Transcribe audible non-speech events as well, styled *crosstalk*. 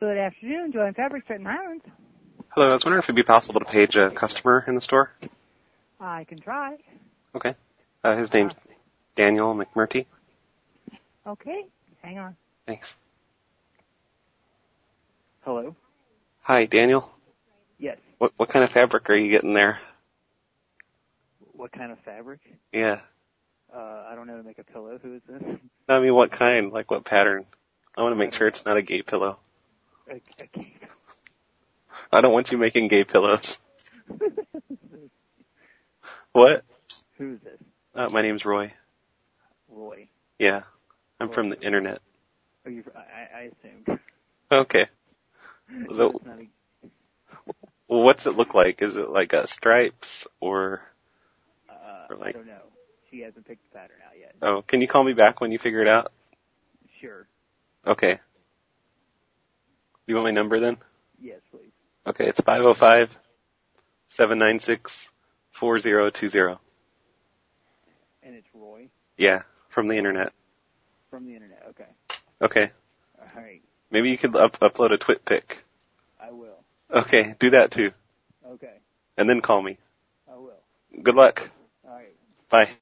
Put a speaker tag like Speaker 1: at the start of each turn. Speaker 1: Good afternoon, Joy and Fabric, Trenton Highlands.
Speaker 2: Hello, I was wondering if it'd be possible to page a customer in the store.
Speaker 1: I can try.
Speaker 2: Okay. Uh, his name's Daniel McMurty.
Speaker 1: Okay, hang on.
Speaker 2: Thanks.
Speaker 3: Hello.
Speaker 2: Hi, Daniel.
Speaker 3: Yes.
Speaker 2: What what kind of fabric are you getting there?
Speaker 3: What kind of fabric?
Speaker 2: Yeah.
Speaker 3: Uh, I don't know how to make a pillow. Who is this? *laughs*
Speaker 2: I mean, what kind? Like what pattern? I want to make sure it's not a gay pillow.
Speaker 3: A, a cake.
Speaker 2: I don't want you making gay pillows. What?
Speaker 3: *laughs* Who is this?
Speaker 2: Uh, my name's Roy.
Speaker 3: Roy.
Speaker 2: Yeah. I'm from the internet.
Speaker 3: Are you? fr- I, I *laughs* assumed.
Speaker 2: Okay. So
Speaker 3: It's not a-
Speaker 2: what's it look like? Is it like uh, stripes or,
Speaker 3: uh,
Speaker 2: Or like-
Speaker 3: I don't know. She hasn't picked the pattern out yet.
Speaker 2: oh, can you call me back when you figure it out?
Speaker 3: Sure.
Speaker 2: Okay. You want my number then?
Speaker 3: Yes, please.
Speaker 2: Okay, it's 505 796 4020.
Speaker 3: And it's Roy
Speaker 2: Yeah, from the internet.
Speaker 3: from the internet. Okay.
Speaker 2: Okay,
Speaker 3: All right.
Speaker 2: maybe you could up- upload a twit pic.
Speaker 3: I will.
Speaker 2: Okay, do that too.
Speaker 3: Okay.
Speaker 2: And then call me.
Speaker 3: I will.
Speaker 2: Good luck.
Speaker 3: All right.
Speaker 2: Bye.